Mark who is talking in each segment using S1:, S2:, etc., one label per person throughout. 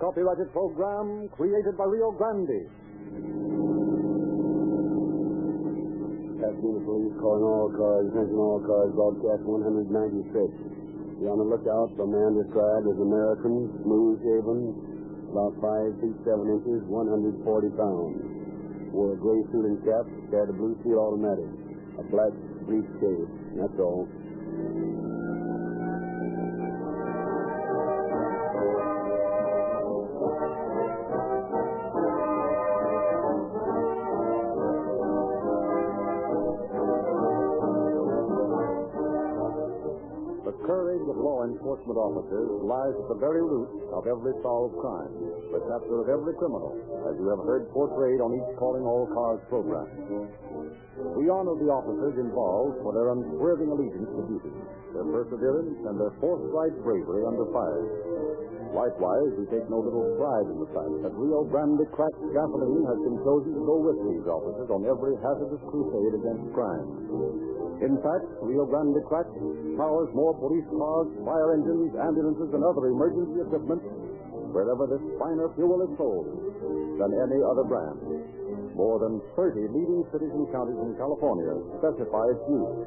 S1: copyrighted program created by Rio Grande.
S2: Pasadena Police calling all cars, attention all cars, broadcast 196. Be on the lookout for a man described as American, smooth shaven, about 5 feet 7 inches, 140 pounds. Wore a gray suit and cap, carried a blue steel automatic, a black briefcase. That's all.
S1: The courage of law enforcement officers lies at the very root of every solved crime, the chapter of every criminal, as you have heard portrayed on each Calling All Cars program. We honor the officers involved for their unswerving allegiance to duty, their perseverance, and their forthright bravery under fire. Likewise, we take no little pride in the fact that Rio Grande cracked gasoline has been chosen to go with these officers on every hazardous crusade against crime. In fact, Rio Grande Crack powers more police cars, fire engines, ambulances, and other emergency equipment wherever this finer fuel is sold than any other brand. More than 30 leading cities and counties in California specify its use,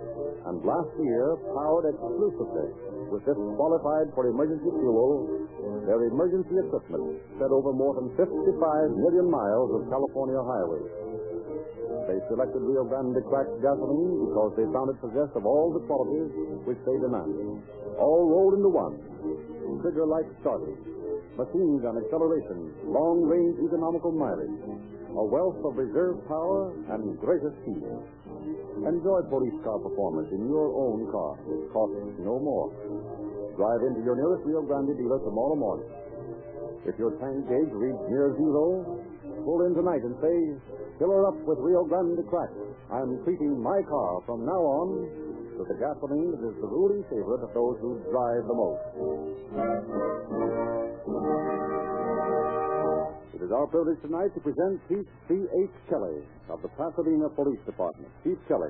S1: and last year powered exclusively with this qualified for emergency fuel, their emergency equipment set over more than 55 million miles of California highways. They selected Rio Grande cracked gasoline because they found it possessed of all the qualities which they demanded. All rolled into one. Trigger-like starting, machine gun acceleration, long-range economical mileage, a wealth of reserve power, and greater speed. Enjoy police car performance in your own car. Costs no more. Drive into your nearest Rio Grande dealer tomorrow morning. If your tank gauge reads near zero, pull in tonight and say, fill her up with Rio Grande crack. I'm treating my car from now on to the gasoline that is the ruling favorite of those who drive the most. It is our privilege tonight to present Chief C.H. Kelly of the Pasadena Police Department. Chief Kelly.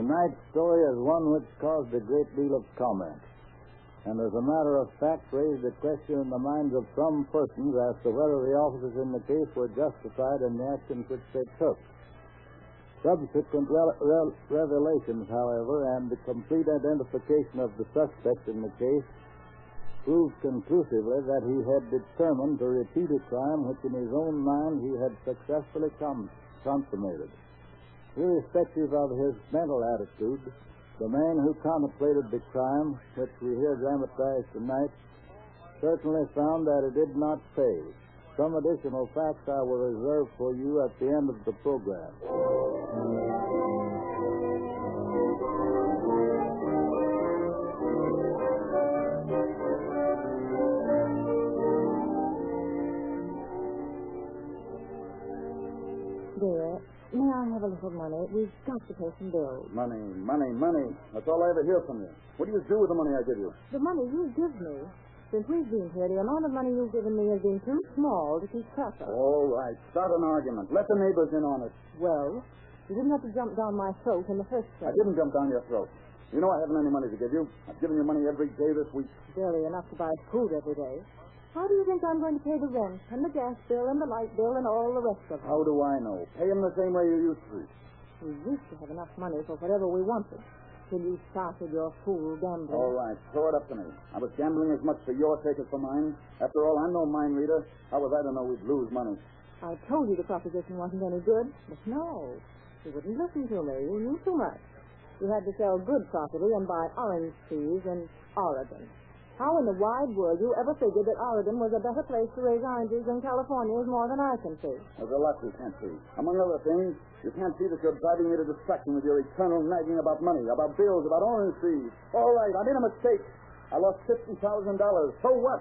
S3: Tonight's story is one which caused a great deal of comment, and as a matter of fact raised a question in the minds of some persons as to whether the officers in the case were justified in the actions which they took. Subsequent rel- rel- revelations, however, and the complete identification of the suspect in the case proved conclusively that he had determined to repeat a crime which in his own mind he had successfully com- consummated. Irrespective of his mental attitude, the man who contemplated the crime which we hear dramatized tonight certainly found that it did not pay. Some additional facts I will reserve for you at the end of the program.
S4: Dear, may I have a little money? We've got to pay some bills.
S3: Money, money, money. That's all I ever hear from you. What do you do with the money I give you?
S4: The money you give me, since we've been here, the amount of money you've given me has been too small to keep track of.
S3: All right, start an argument. Let the neighbors in on it.
S4: Well, you didn't have to jump down my throat in the first
S3: I
S4: place.
S3: didn't jump down your throat. You know I haven't any money to give you. I've given you money every day this week.
S4: Barely enough to buy food every day. How do you think I'm going to pay the rent and the gas bill and the light bill and all the rest of it?
S3: How do I know? Pay him the same way you used to.
S4: We used to have enough money for whatever we wanted till you started your fool gambling.
S3: All right, throw it up to me. I was gambling as much for your sake as for mine. After all, I'm no mind reader. How was I to know we'd lose money?
S4: I told you the proposition wasn't any good, but no, you wouldn't listen to me. You knew too much. You had to sell good property and buy orange trees in Oregon. How in the wide world you ever figured that Oregon was a better place to raise oranges than California is more than I can see.
S3: There's a lot you can't see. Among other things, you can't see that you're driving me to distraction with your eternal nagging about money, about bills, about orange trees. All right, I made a mistake. I lost fifty thousand dollars. So what?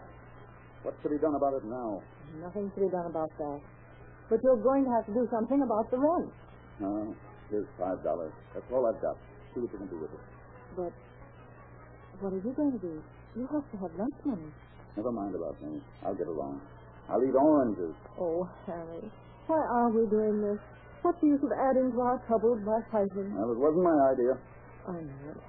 S3: What's to be done about it now?
S4: Nothing to be done about that. But you're going to have to do something about the rent.
S3: No, Uh, here's five dollars. That's all I've got. See what you can do with it.
S4: But what are you going to do? You have to have lunch money.
S3: Never mind about me. I'll get along. I'll eat oranges.
S4: Oh, Harry, why are we doing this? What's the use of adding to our troubles by fighting?
S3: Well, it wasn't my idea.
S4: I know it.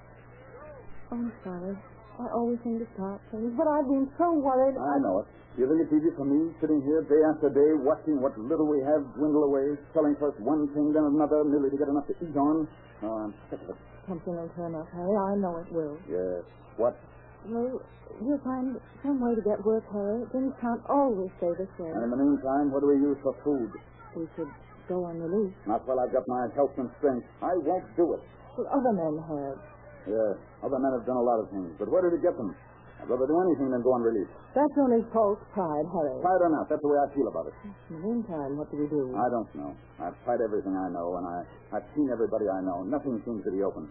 S4: I'm sorry. I always seem to start things, but I've been so worried.
S5: I know it. Do you think it's easy for me, sitting here day after day, watching what little we have dwindle away, selling first one thing, then another, merely to get enough to eat on? Oh, I'm sick of it.
S4: Something will turn up, Harry. I know it will.
S5: Yes. What?
S4: Well, you'll find some way to get work, Harry. Things can't always stay this way.
S5: And in the meantime, what do we use for food?
S4: We could go on relief.
S5: Not while I've got my health and strength. I won't do it.
S4: But other men have.
S5: Yes, other men have done a lot of things, but where did it get them? I'd rather do anything than go on relief.
S4: That's only false pride, Harry.
S5: Pride or not, that's the way I feel about it.
S4: In the meantime, what do we do?
S5: I don't know. I've tried everything I know, and I, I've seen everybody I know. Nothing seems to be open.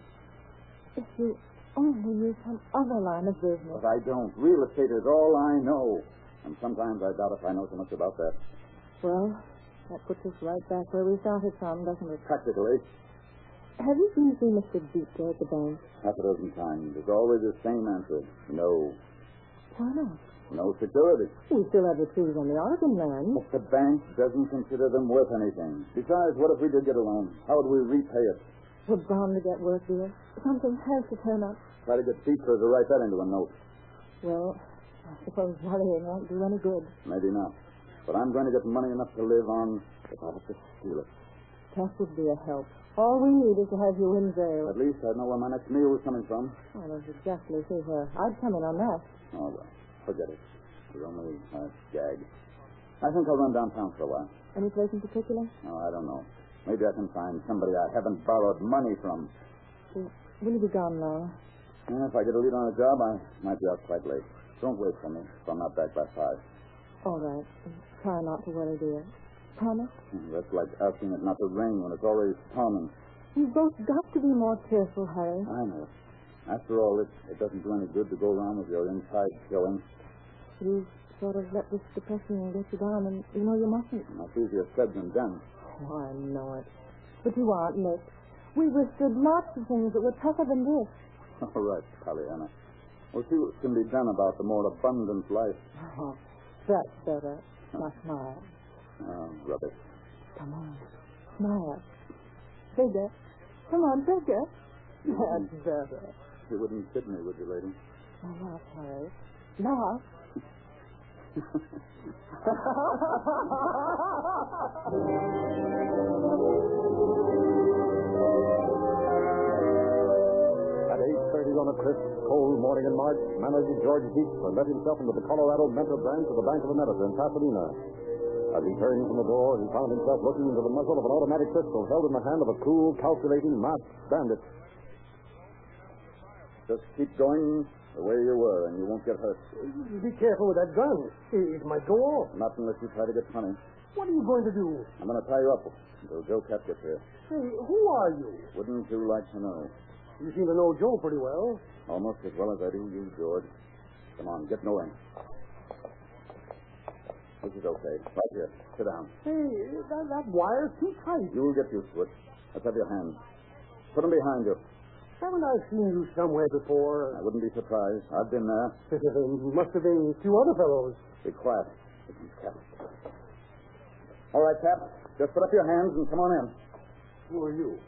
S4: If you only knew some other line of business.
S5: But I don't. Real estate is all I know. And sometimes I doubt if I know so much about that.
S4: Well, that puts us right back where we started from, doesn't it?
S5: Practically,
S4: Have you been seeing Mr. Beecher at the bank?
S5: half a dozen times, it's always the same answer. No.
S4: Why not?
S5: No security.
S4: We still have the trees on the Oregon land.
S5: But the bank doesn't consider them worth anything. Besides, what if we did get a loan? How would we repay it?
S4: We're bound to get work, dear. Something has to turn up.
S5: Try to get Beecher to write that into a note.
S4: Well, I suppose worrying won't do any good.
S5: Maybe not. But I'm going to get money enough to live on if I have to steal it.
S4: That would be a help. All we need is to have you in jail.
S5: At least I'd know where my next meal was coming from.
S4: I don't exactly see where I'd come in on that.
S5: Oh, well, forget it. It was only a gag. I think I'll run downtown for a while.
S4: Any place in particular?
S5: Oh, I don't know. Maybe I can find somebody I haven't borrowed money from.
S4: Will will you be gone now?
S5: And if I get a lead on a job, I might be out quite late. Don't wait for me if I'm not back by five.
S4: All right. Try not to worry, dear. Promise?
S5: Hmm, That's like asking it not to rain when it's already storming.
S4: We've both got to be more cheerful, Harry.
S5: I know. After all, it, it doesn't do any good to go around with your inside killing.
S4: You've sort of let this depression get you down, and you know you mustn't.
S5: That's easier said than done.
S4: Oh, I know it. But you aren't, Nick. We've withstood lots of things that were tougher than this.
S5: All right, Pollyanna. We'll see what can be done about the more abundant life.
S4: Oh, that's better. Now smile.
S5: Oh, rubbish.
S4: Come on. Smile. Bigger. Come on, bigger. That's better.
S5: You wouldn't kid me, would you, lady?
S4: Oh, laugh, Harry. Laugh.
S1: At 8.30 on a crisp, cold morning in March, manager George Beachman let himself into the Colorado Mentor branch of the Bank of America in Pasadena. As he turned from the door, he found himself looking into the muzzle of an automatic pistol held in the hand of a cool, calculating, masked bandit.
S5: Just keep going the way you were, and you won't get hurt.
S6: Be careful with that gun. It might go off.
S5: Not unless you try to get funny.
S6: What are you going to do?
S5: I'm going to tie you up until Joe Cat gets here.
S6: Say, who are you?
S5: Wouldn't you like to know?
S6: You seem to know Joe pretty well.
S5: Almost as well as I do you, George. Come on, get going. This is okay. Right here. Sit down.
S6: Say, that, that wire's too tight.
S5: You'll get used to it. Let's have your hands. Put them behind you.
S6: Haven't I seen you somewhere
S5: I
S6: before?
S5: wouldn't be surprised. I've been there.
S6: There must have been two other fellows.
S5: Be quiet. Listen, Cap. All right, Cap. Just put up your hands and come on in.
S6: Who are you?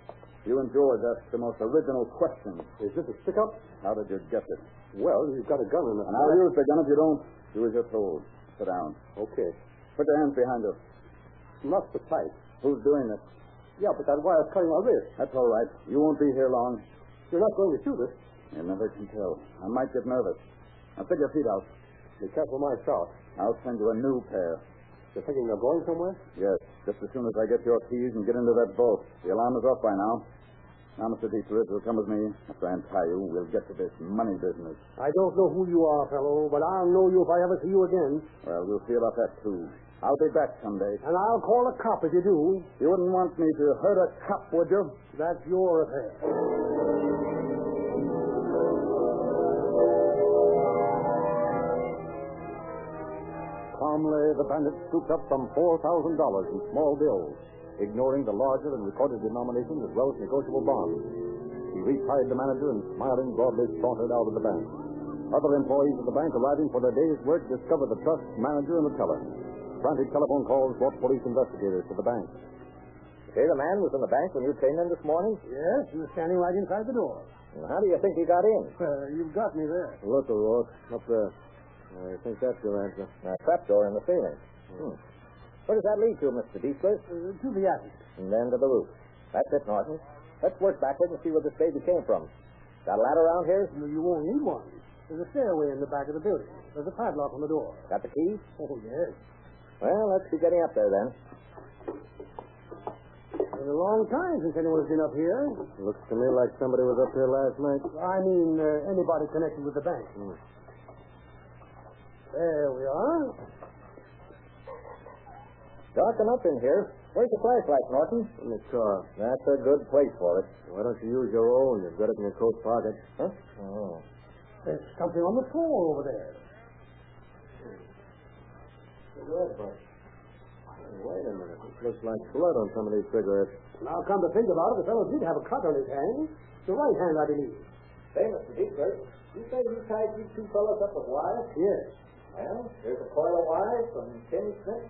S5: You and George asked the most original question.
S7: Is this a stick-up?
S5: How did you get it?
S7: Well, you've got a gun in
S5: And I'll use the gun if you don't. Do as you're told. Sit down.
S7: Okay.
S5: Put your hands behind you.
S7: Not so tight.
S5: Who's doing this?
S7: Yeah, but that wire's cutting my wrist.
S5: That's all right. You won't be here long.
S7: You're not going to shoot it.
S5: You never can tell. I might get nervous. Now put your feet out.
S7: Be careful myself.
S5: I'll send you a new pair.
S7: You're thinking of going somewhere?
S5: Yes, just as soon as I get your keys and get into that boat. The alarm is off by now. Now, Mr. Dietrich will come with me. After I untie you, we'll get to this money business.
S6: I don't know who you are, fellow, but I'll know you if I ever see you again.
S5: Well, we'll see about that, too. I'll be back someday.
S6: And I'll call a cop if you do.
S5: You wouldn't want me to hurt a cop, would you?
S6: That's your affair.
S1: Calmly, the bandit scooped up some $4,000 in small bills, ignoring the larger and recorded denominations as well as negotiable bonds. He retied the manager and, smiling broadly, sauntered out of the bank. Other employees of the bank arriving for their day's work discovered the trust manager and the teller. Frantic telephone calls brought police investigators to the bank.
S5: Say, the man was in the bank when you came in this morning?
S8: Yes, he was standing right inside the door.
S5: And how do you think he got in?
S8: Well, you've got me there.
S1: Look, O'Rourke, up there. I think that's your answer.
S5: A trapdoor in the ceiling. Hmm. Where does that lead to, Mr. Deepsley?
S8: Uh, to the attic.
S5: And then to the roof. That's it, Norton. Let's work backward and see where this baby came from. Got a ladder around here?
S8: You, you won't need one. There's a stairway in the back of the building. There's a padlock on the door.
S5: Got the key?
S8: Oh, yes.
S5: Well, let's be getting up there then.
S8: It's a long time since anyone's been up here.
S1: Looks to me like somebody was up here last night.
S8: I mean, uh, anybody connected with the bank.
S5: Hmm.
S8: There we are.
S5: Dark enough in here. Where's the flashlight, Norton?
S1: In the car.
S5: That's a good place for it.
S1: Why don't you use your own? You've got it in your coat pocket.
S5: Huh? Oh.
S8: There's something on the floor over there.
S1: Wait a minute. It looks like blood on some of these cigarettes.
S8: Now, come to think about it, the fellow did have a cut on his hand. The right hand, I believe.
S5: Say, Mr. Deepler, you say you tied these two fellows up with wires?
S8: Yes.
S5: Well, there's a coil of wire from Tim Smith,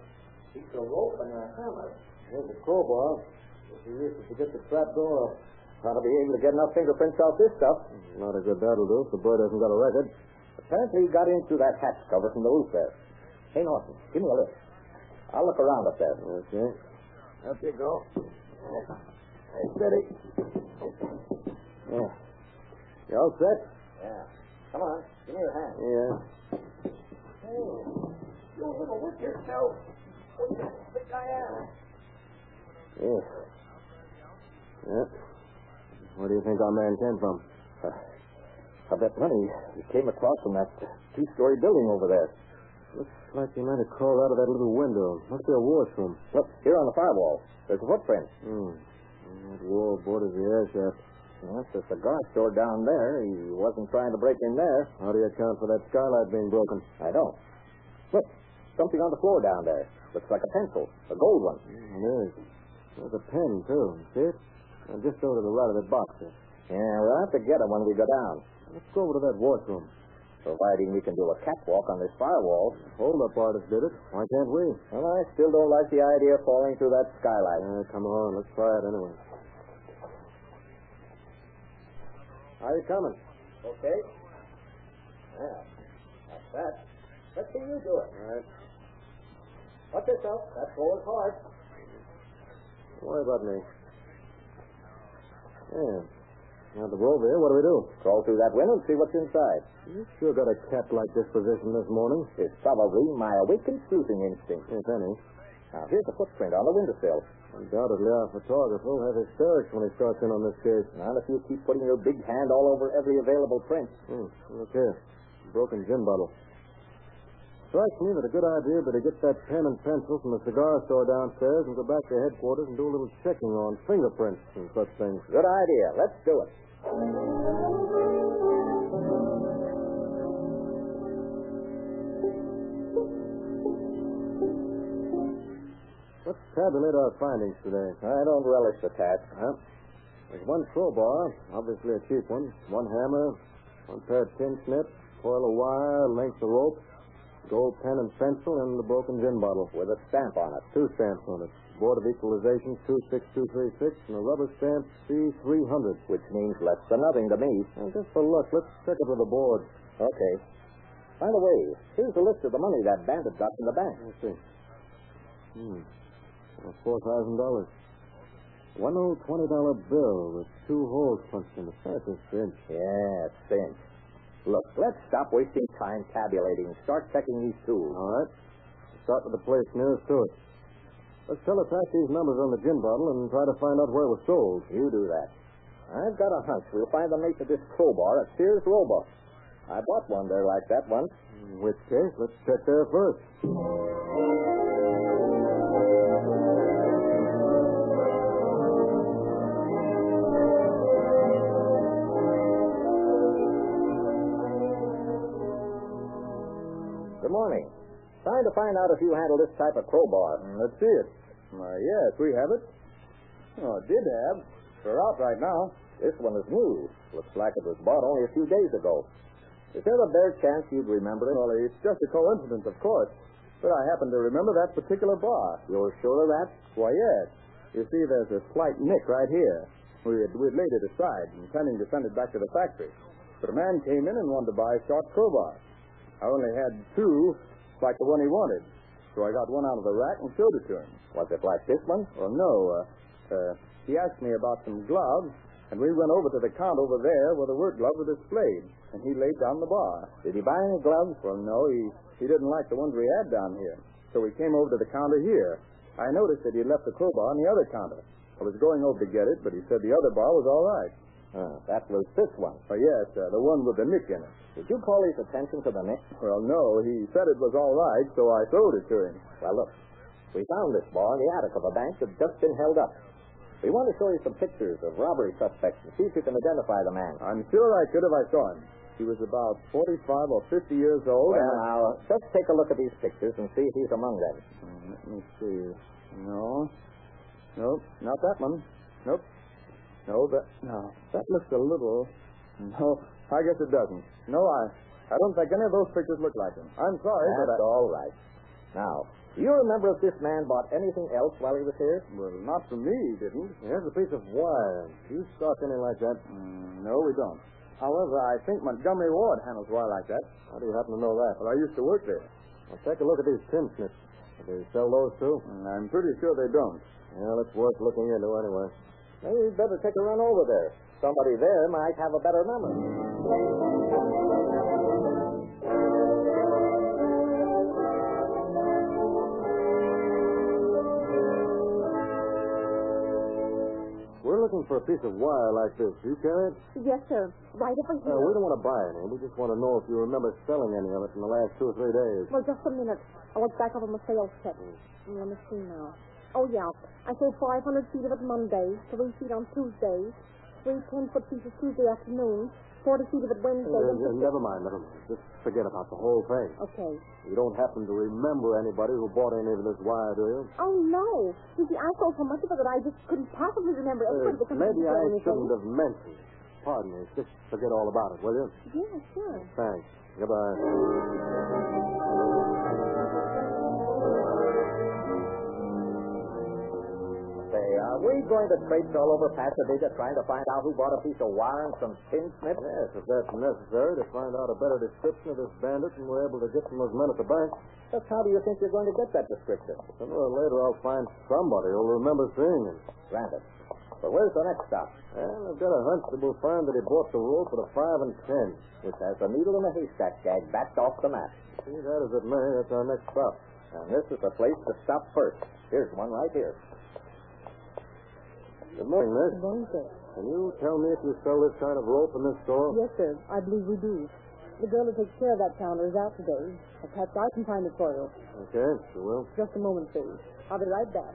S5: piece of rope, and a hammer.
S1: There's a crowbar. If you used to get the trap door off.
S5: Ought to be able to get enough fingerprints out this stuff.
S1: Not a good that'll do. if The boy hasn't got a record.
S5: Apparently you got in through that hatch cover from the roof there. Hey, Norton, give me a lift. I'll look around up there.
S1: Okay.
S8: Up you go.
S1: Hey, steady. Yeah. Oh. You all set?
S5: Yeah. Come on, give me your hand.
S1: Yeah.
S5: You little whip yourself. What do you think I am?
S1: Yeah. Yeah. Where do you think our man came from?
S5: I bet money you came across from that two-story building over there.
S1: Looks like he might have crawled out of that little window. Must be a washroom.
S5: Look, here on the firewall, there's a footprint.
S1: Hmm. That wall borders the air shaft.
S5: Well, That's the cigar store down there. He wasn't trying to break in there.
S1: How do you account for that skylight being broken?
S5: I don't. Look, something on the floor down there. Looks like a pencil, a gold one.
S1: Mm, It is. There's a pen, too. See it? Now, just over to the right of that box there.
S5: Yeah, we'll have to get him when we go down.
S1: Let's go over to that washroom.
S5: Providing we can do a catwalk on this firewall.
S1: Hold up artist did it. Why can't we?
S5: Well, I still don't like the idea of falling through that skylight.
S1: Yeah, Uh, come on. Let's try it anyway. How you coming?
S5: Okay. Yeah. That's that. Let's see you do it.
S1: All right.
S5: Watch yourself. That floor is hard.
S1: Don't worry about me. Yeah. Now that we're over here, what do we do?
S5: Crawl through that window and see what's inside.
S1: You sure got a cat-like disposition this morning,
S5: It's probably my awakened sleuthing instinct.
S1: if any.
S5: Now, here's a footprint on the windowsill.
S1: Undoubtedly, our photographer will have hysterics when he starts in on this case.
S5: Not if you keep putting your big hand all over every available print.
S1: Hmm. Look here. Broken gin bottle. Strikes me that a good idea would be to get that pen and pencil from the cigar store downstairs and go back to headquarters and do a little checking on fingerprints and such things.
S5: Good idea. Let's do it.
S1: Let's tabulate our findings today.
S5: I don't relish the task.
S1: Huh? There's one crowbar, obviously a cheap one, one hammer, one pair of tin snips, coil of wire, length of rope, gold pen and pencil, and the broken gin bottle.
S5: With a stamp on it.
S1: Two stamps on it. Board of Equalization 26236 and a rubber stamp C300.
S5: Which means less than nothing to me.
S1: And just for luck, let's check it with the board.
S5: Okay. By the way, here's a list of the money that bandit got from the bank.
S1: Let's see. Hmm. Well, Four thousand dollars. One old twenty dollar bill with two holes punched in it. That's a cinch.
S5: Yeah, cinch. Look, let's stop wasting time tabulating. Start checking these tools.
S1: All right. Start with the place nearest to it. Let's teletype these numbers on the gin bottle and try to find out where it was sold.
S5: You do that. I've got a hunch we'll find the mate of this crowbar at Sears Roebuck. I bought one there like that once.
S1: In which case, let's check there first.
S5: Good morning. Trying to find out if you handle this type of crowbar.
S9: Let's see it. Why, yes, we have it. Oh, did have. We're out right now.
S5: This one is new. Looks like it was bought only a few days ago. Is there a bare chance you'd remember it?
S9: Well, it's just a coincidence, of course. But I happen to remember that particular bar.
S5: You're sure of that?
S9: Why, yes.
S10: You see, there's a slight nick right here. We had, we'd laid it aside and planning to send it back to the factory. But a man came in and wanted to buy a short crowbar. I only had two, like the one he wanted. So I got one out of the rack and showed it to him.
S5: Was it like this one?
S10: Well, no. Uh, uh, he asked me about some gloves, and we went over to the count over there where the word gloves were displayed, and he laid down the bar.
S5: Did he buy any gloves?
S10: Well, no, he, he didn't like the ones we had down here. So we came over to the counter here. I noticed that he left the crowbar on the other counter. I was going over to get it, but he said the other bar was all right.
S5: Uh, that was this one.
S10: Oh, yes, uh, the one with the nick in it.
S5: Did you call his attention to the nick?
S10: Well, no. He said it was all right, so I throwed it to him.
S5: Well, look, we found this bar in the attic of a bank that's just been held up. We want to show you some pictures of robbery suspects and see if you can identify the man.
S10: I'm sure I could if I saw him. He was about 45 or 50 years old.
S5: Well, now, uh, just take a look at these pictures and see if he's among them.
S10: Let me see. No. Nope, not that one. Nope. No, that, no, that looks a little. No, I guess it doesn't. No, I, I don't think any of those pictures look like him. I'm sorry,
S5: That's
S10: but I,
S5: all right. Now, do you remember if this man bought anything else while he was here?
S10: well, not for me, he didn't.
S1: Here's a piece of wire. Do you stock any like that?
S10: Mm, no, we don't. However, I think Montgomery Ward handles wire like that.
S1: How do you happen to know that?
S10: Well, I used to work there.
S1: Well, take a look at these tin snips. Do they sell those too?
S10: and
S5: Mm,
S10: I'm pretty sure they don't.
S1: Well, it's worth looking into anyway.
S5: Maybe we'd better take a run over there. Somebody there might have a better number.
S1: We're looking for a piece of wire like this. Do you carry it?
S4: Yes, sir. Right over
S1: Uh,
S4: here.
S1: we don't want to buy any. We just want to know if you remember selling any of it in the last two or three days.
S4: Well, just a minute. I was back up on the sales set. Let me see now. Oh, yeah. I sold 500 feet of it Monday, 3 feet on Tuesday, 3 10-foot pieces Tuesday afternoon, 40 feet of it
S1: Uh,
S4: Wednesday. and
S1: uh, never mind, never mind. Just forget about the whole thing.
S4: Okay.
S1: You don't happen to remember anybody who bought any of this wire, do you?
S4: Oh, no. You see, I sold so much of it that I just couldn't possibly remember
S1: Uh,
S4: everybody that comes
S1: maybe I
S4: to sell anything.
S1: shouldn't have mentioned it. Pardon me. Just forget all about it, will you?
S4: Yeah, sure.
S1: Thanks. Goodbye.
S5: Say, are we going to traipse all over Pasadena trying to find out who bought a piece of wire and some tin snips?
S1: Yes, if that's necessary to find out a better description of this bandit than we're able to get from those men at the bank.
S5: Just how do you think you're going to get that description?
S1: Sooner or later, I'll find somebody who'll remember seeing him.
S5: Granted. But where's the next stop?
S1: And I've got a hunch that we'll find that he bought the rope at a five and ten.
S5: Which has the needle in the haystack gag backed off the map.
S1: See that as it may, that's our next stop.
S5: And this is the place to stop first. Here's one right here.
S1: Good morning, miss.
S4: Wednesday.
S1: Can you tell me if you sell this kind of rope in this store?
S4: Yes, sir. I believe we do. The girl who takes care of that counter is out today. Perhaps I can find it for you.
S1: Okay, you will.
S4: Just a moment, please. I'll be right back.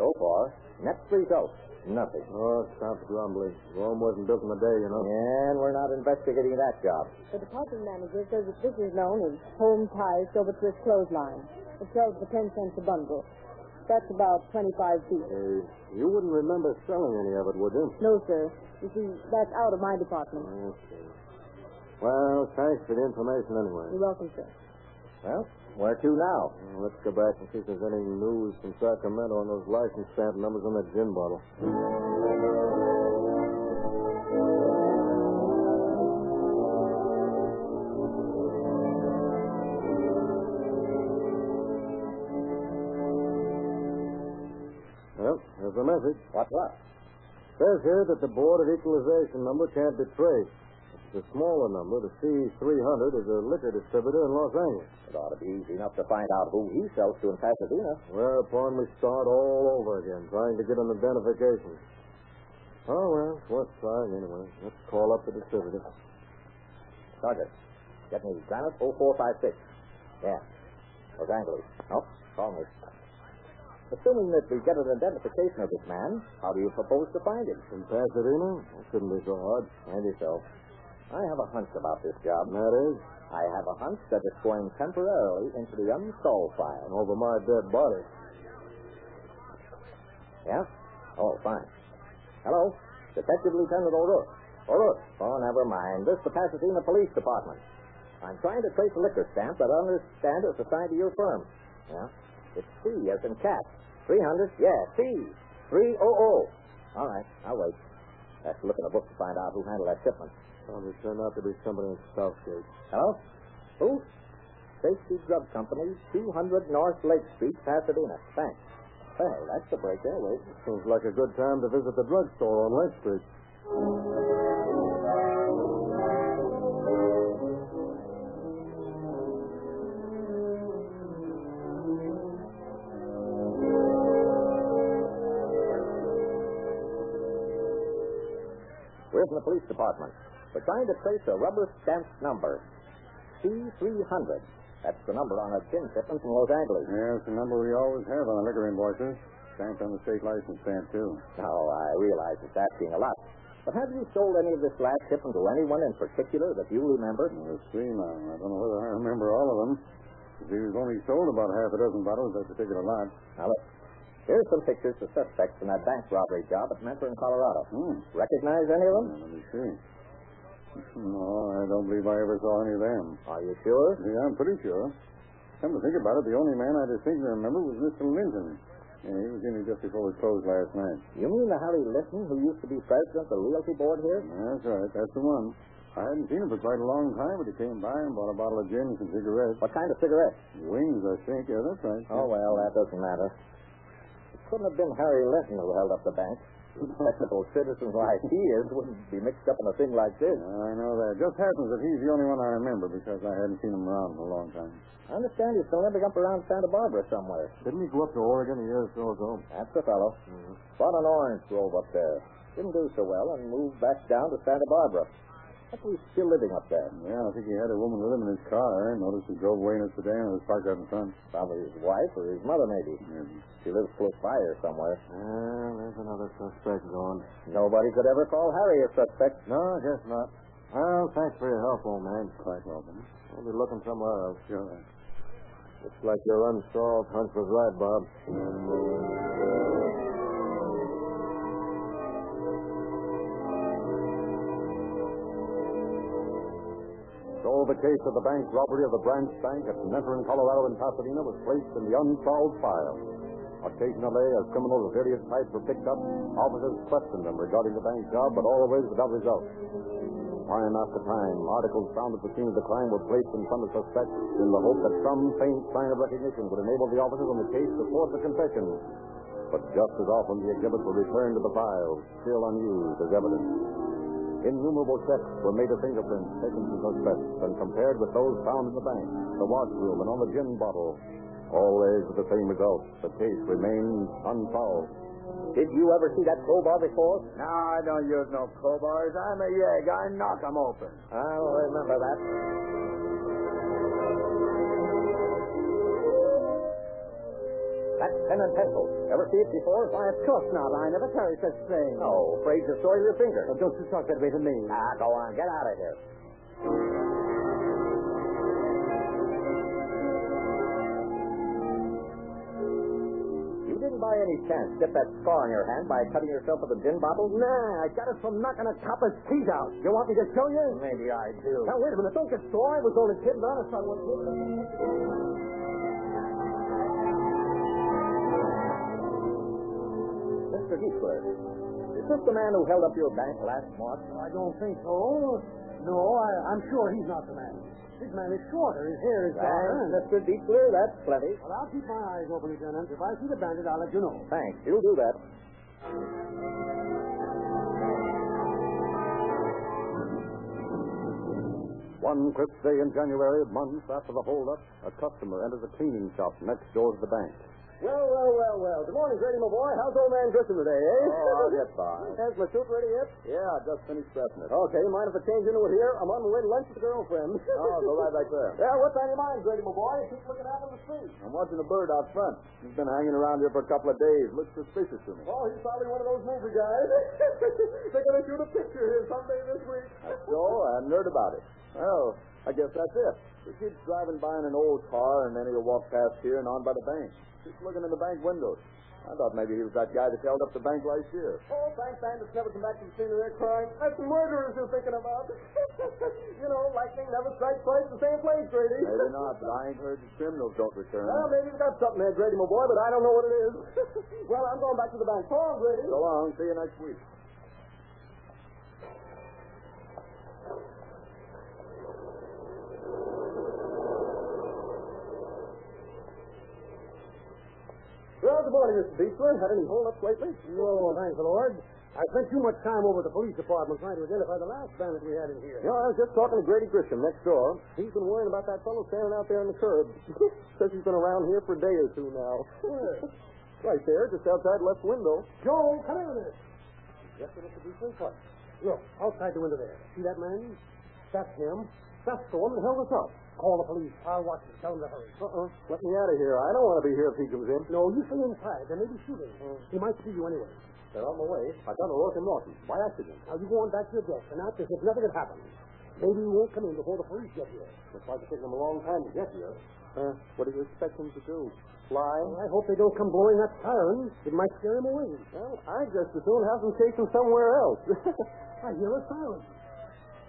S5: So far, next result, nothing.
S1: Oh, stop grumbling. Rome wasn't built in a day, you know.
S5: And we're not investigating that job.
S4: The department manager says that this is known as Home Ties Silverthrift Clothesline. It sells for 10 cents a bundle. That's about 25 feet.
S1: Uh, you wouldn't remember selling any of it, would you?
S4: No, sir. You see, that's out of my department.
S1: I see. Well, thanks for the information anyway.
S4: You're welcome, sir.
S5: Well, where to now?
S1: Well, Let's go back and see if there's any news from Sacramento on those license stamp numbers on that gin bottle. Well, there's the message.
S5: What's up?
S1: Says here that the Board of Equalization number can't be traced. It's a smaller number. The C300 is a liquor distributor in Los Angeles.
S5: It ought to be easy enough to find out who he sells to in Pasadena.
S1: Whereupon we start all over again, trying to get an identification. Oh, well, it's worth trying anyway. Let's call up the distributor.
S5: Sergeant, get me Granite 0456. Yeah. Los Angeles. Nope. Wrong list. Assuming that we get an identification of this man, how do you propose to find him?
S1: In Pasadena? That shouldn't be so hard.
S5: Maybe so. I have a hunch about this job.
S1: And that is,
S5: I have a hunch that it's going temporarily into the unsolved file.
S1: over my dead body.
S5: Yeah? Oh, fine. Hello? Detective Lieutenant O'Rourke. O'Rourke. Oh, never mind. This is the Pasadena Police Department. I'm trying to trace a liquor stamp that I understand is assigned to your firm. Yeah? It's C as in cat. 300? Yeah, C. 300. All right, I'll wait. I have to look in the book to find out who handled that shipment.
S11: Well, it turned out to be somebody in Southgate.
S5: Hello? Who? Safety Drug Company, 200 North Lake Street, Pasadena. Thanks. Well, that's the break there, wait.
S11: Seems like a good time to visit the drugstore on Lake Street.
S5: We're from the police department. We're trying to trace a rubber stamp number. C300. That's the number on a gin shipment from Los Angeles.
S1: Yes, the number we always have on the liquor invoices. Stamped on the state license stamp, too.
S5: Now, I realize it's asking a lot. But have you sold any of this last shipment to anyone in particular that you remember?
S1: Well, Let's see now. I don't know whether I remember all of them. He was only sold about half a dozen bottles of that particular lot.
S5: Now, look. Here's some pictures of suspects in that bank robbery job at Memphis, Colorado.
S1: Hmm.
S5: Recognize any of them?
S1: Now, let me see. No, I don't believe I ever saw any of them.
S5: Are you sure?
S1: Yeah, I'm pretty sure. Come to think about it, the only man I distinctly remember was Mr. Linton. Yeah, he was in here just before we closed last night.
S5: You mean the Harry Linton who used to be president of the realty board here?
S1: That's right. That's the one. I hadn't seen him for quite a long time, but he came by and bought a bottle of gin and some cigarettes.
S5: What kind of cigarette?
S1: Wings, I think. Yeah, that's right.
S5: Oh, well, that doesn't matter. It couldn't have been Harry Linton who held up the bank. Technical citizens like he is wouldn't be mixed up in a thing like this.
S1: Yeah, I know that. Just happens that he's the only one I remember because I hadn't seen him around in a long time.
S5: I understand he's still limping up around Santa Barbara somewhere.
S11: Didn't he go up to Oregon a year or so ago?
S5: That's the fellow. Bought an orange grove up there. Didn't do so well and moved back down to Santa Barbara. But he's still living up there.
S1: Yeah, I think he had a woman with him in his car. I noticed he drove away in a sedan that was parked out in front.
S5: Probably his wife or his mother, maybe.
S1: Yeah.
S5: She lives close by here somewhere.
S11: Well, there's another suspect going.
S5: Nobody could ever call Harry a suspect.
S11: No, I guess not. Well, thanks for your help, old man.
S1: Quite well, then.
S11: We'll be looking somewhere else.
S1: Sure.
S11: Looks like your unsolved hunch was right, Bob.
S1: So the case of the bank robbery of the branch bank at Mentor in Colorado and Pasadena was placed in the unsolved file. Occasionally, as criminals of various types were picked up, officers questioned them regarding the bank job, but always without result. Time after time, articles found at the scene of the crime were placed in front of suspects in the hope that some faint sign of recognition would enable the officers on the case to force a confession. But just as often, the exhibits were returned to the file, still unused as evidence. Innumerable checks were made of fingerprints taken from suspects and compared with those found in the bank, the washroom, and on the gin bottle. Always with the same result. The case remains unsolved.
S5: Did you ever see that crowbar before?
S12: No, I don't use no crowbars. I'm a yegg. I knock 'em open.
S5: I'll remember that. That's pen and pencil. Ever see it before?
S4: Why, of course not. I never carry such things.
S5: No, afraid to soil your finger.
S4: Well, don't you talk that way to me.
S5: Ah, go on. Get out of here. You didn't by any chance get that scar on your hand by cutting yourself with a gin bottle?
S4: Nah, I got it from knocking a copper's teeth out. You want me to show you?
S5: Maybe I do.
S4: Now, wait a minute. Don't get sore. I was only kidding. Honest, I was
S5: Mr. Heathcliff, is this the man who held up your bank last March?
S4: I don't think so. No, I, I'm sure he's not the man. His man is shorter. His hair is
S5: Thanks,
S4: darker.
S5: Mr. Ah, Deepler, that's plenty.
S4: Well, I'll keep my eyes open, Lieutenant. If I see the bandit, I'll let you know.
S5: Thanks, you'll do that.
S1: One crisp day in January, months after the holdup, a customer enters a cleaning shop next door to the bank.
S4: Well, well, well, well. Good morning, Grady, my boy. How's old man Grissom today, eh?
S12: Oh, I'll get by.
S4: Has my soup ready yet?
S12: Yeah, I just finished dressing it.
S4: Okay, mind if I change into it here? I'm on my way to lunch with a
S12: Oh,
S4: girlfriend.
S12: go right back there. Oh,
S4: Yeah, what's on your mind, Grady, my boy? Keep looking out on the street.
S12: I'm watching a bird out front. He's been hanging around here for a couple of days. Looks suspicious to me.
S4: Oh, he's probably one of those movie guys. They're going to shoot a picture here someday this week.
S12: So I hadn't heard about it. Well, I guess that's it. He keeps driving by in an old car, and then he'll walk past here and on by the bank. Just looking in the bank windows.
S1: I thought maybe he was that guy that held up the bank last year.
S5: Oh, thank bandits never come back to the scene of their crime. That's murderers you're thinking about. you know, lightning never strikes twice the same place, Grady.
S1: Maybe not, but I ain't heard that criminals don't return.
S5: Well, maybe you've got something there, Grady, my boy, but I don't know what it is. well, I'm going back to the bank. So long, Grady.
S1: So long. See you next week.
S5: Well, good morning, Mr. Beechler. Had any holdups lately?
S13: No, thank the Lord. I spent too much time over at the police department trying to identify the last bandit we had in here.
S1: You know, I was just talking to Grady Grisham next door. He's been worrying about that fellow standing out there on the curb. Says he's been around here for a day or two now.
S5: Where?
S1: right there, just outside left window.
S5: Joe, come here a minute.
S13: Yes, sir, Mr. Beechler. What?
S5: Look, outside the window there. See that man? That's him. That's the one that held us up. Call the police. I'll watch him. Tell him to hurry.
S1: Uh-uh. Let me out of here. I don't want to be here if he comes in. Mm.
S5: No, you stay inside. There may be shooting. He might see you anyway.
S1: They're on the way. I got a Rourke and Lawton. By accident.
S5: Now, you go on back to your desk and act as if nothing had happened. Maybe he won't come in before the police get here.
S1: It's like it's taken them a long time to get here. Uh, what do you expect them to do? Fly?
S5: Well, I hope they don't come blowing up sirens. It might scare him away.
S1: Well, I just as soon have them chase him somewhere else.
S5: I hear a siren.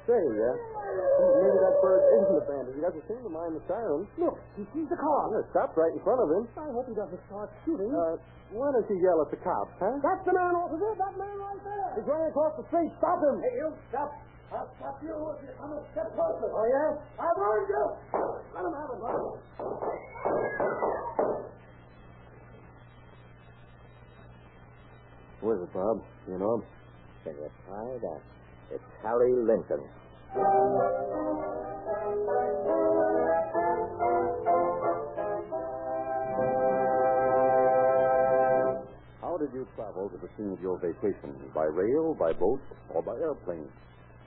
S1: Say, yeah. Maybe that bird isn't a bandit. He doesn't seem to mind the sirens.
S5: Look, he sees the car.
S1: Yeah, it stopped right in front of him.
S5: I hope he doesn't start shooting.
S1: Uh, why does he yell at the cops, huh?
S5: That's the man over there. That man right there.
S1: He's running across the street. Stop him.
S5: Hey, you stop. I'll stop you if you come a step closer. Oh, yeah? I've warned you. Let him have it, brother.
S1: Who is it, Bob? You know him?
S14: Can you find out? It's Harry Linton.
S1: How did you travel to the scene of your vacation? By rail, by boat, or by airplane?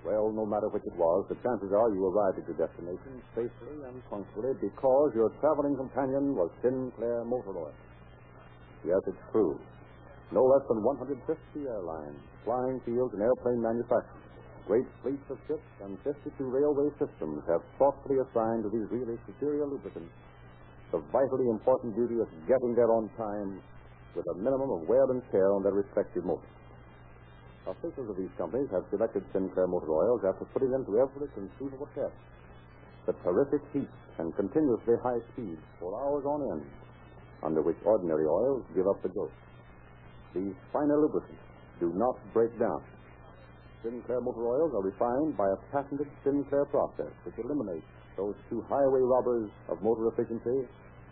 S1: Well, no matter which it was, the chances are you arrived at your destination safely and punctually because your traveling companion was Sinclair Motor Oil. Yes, it's true. No less than 150 airlines, flying fields, and airplane manufacturers Great fleets of ships and 52 railway systems have thoughtfully assigned to these really superior lubricants the vitally important duty of getting there on time with a minimum of wear and tear on their respective motors. Officials of these companies have selected Sinclair motor oils after putting them to every conceivable test. The terrific heat and continuously high speeds for hours on end, under which ordinary oils give up the ghost. These finer lubricants do not break down. Sinclair motor oils are refined by a patented Sinclair process, which eliminates those two highway robbers of motor efficiency,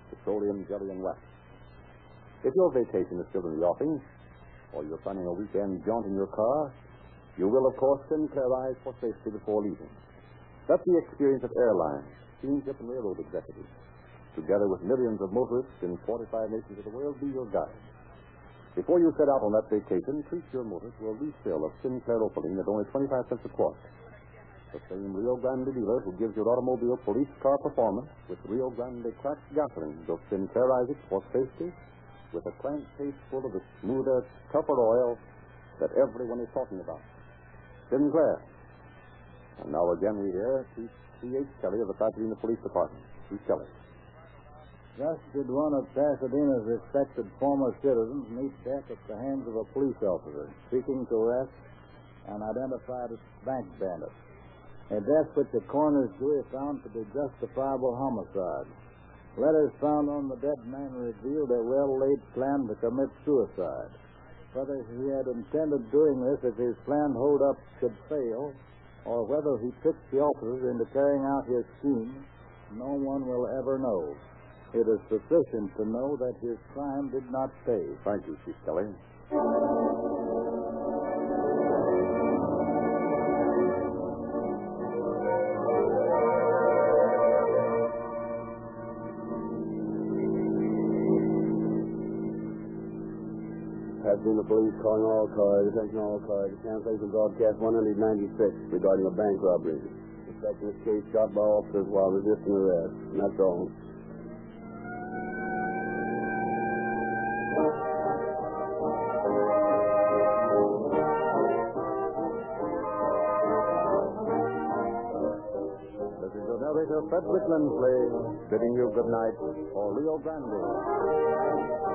S1: petroleum, jelly, and wax. If your vacation is still in the offing, or you're planning a weekend jaunt in your car, you will, of course, Sinclairize for safety before leaving. That's the experience of airlines, steamship, and railroad executives, together with millions of motorists in 45 nations of the world, be your guide. Before you set out on that vacation, treat your motor to a refill of Sinclair Opaline at only 25 cents a quart. The same Rio Grande dealer who gives your automobile police car performance with Rio Grande cracked gasoline will Sinclairize it for safety with a crankcase full of the smoother, tougher oil that everyone is talking about. Sinclair. And now again we hear Chief C.H. Kelly of the Pasadena Police Department. Chief Kelly.
S15: Just did one of Pasadena's respected former citizens meet death at the hands of a police officer seeking to arrest an identified bank bandit? A death which the coroner's jury found to be justifiable homicide. Letters found on the dead man revealed a well-laid plan to commit suicide. Whether he had intended doing this if his plan hold up should fail, or whether he tricked the officers into carrying out his scheme, no one will ever know. It is sufficient to know that his crime did not pay.
S1: Thank you, Chief Kelly.
S16: Pasadena Police calling all cars, attention all cars. Translation broadcast 196 regarding a bank robbery. Suspect escape shot by officers while resisting arrest. And that's all.
S17: narrator Frederick Lindsley bidding you good night for Rio Grande.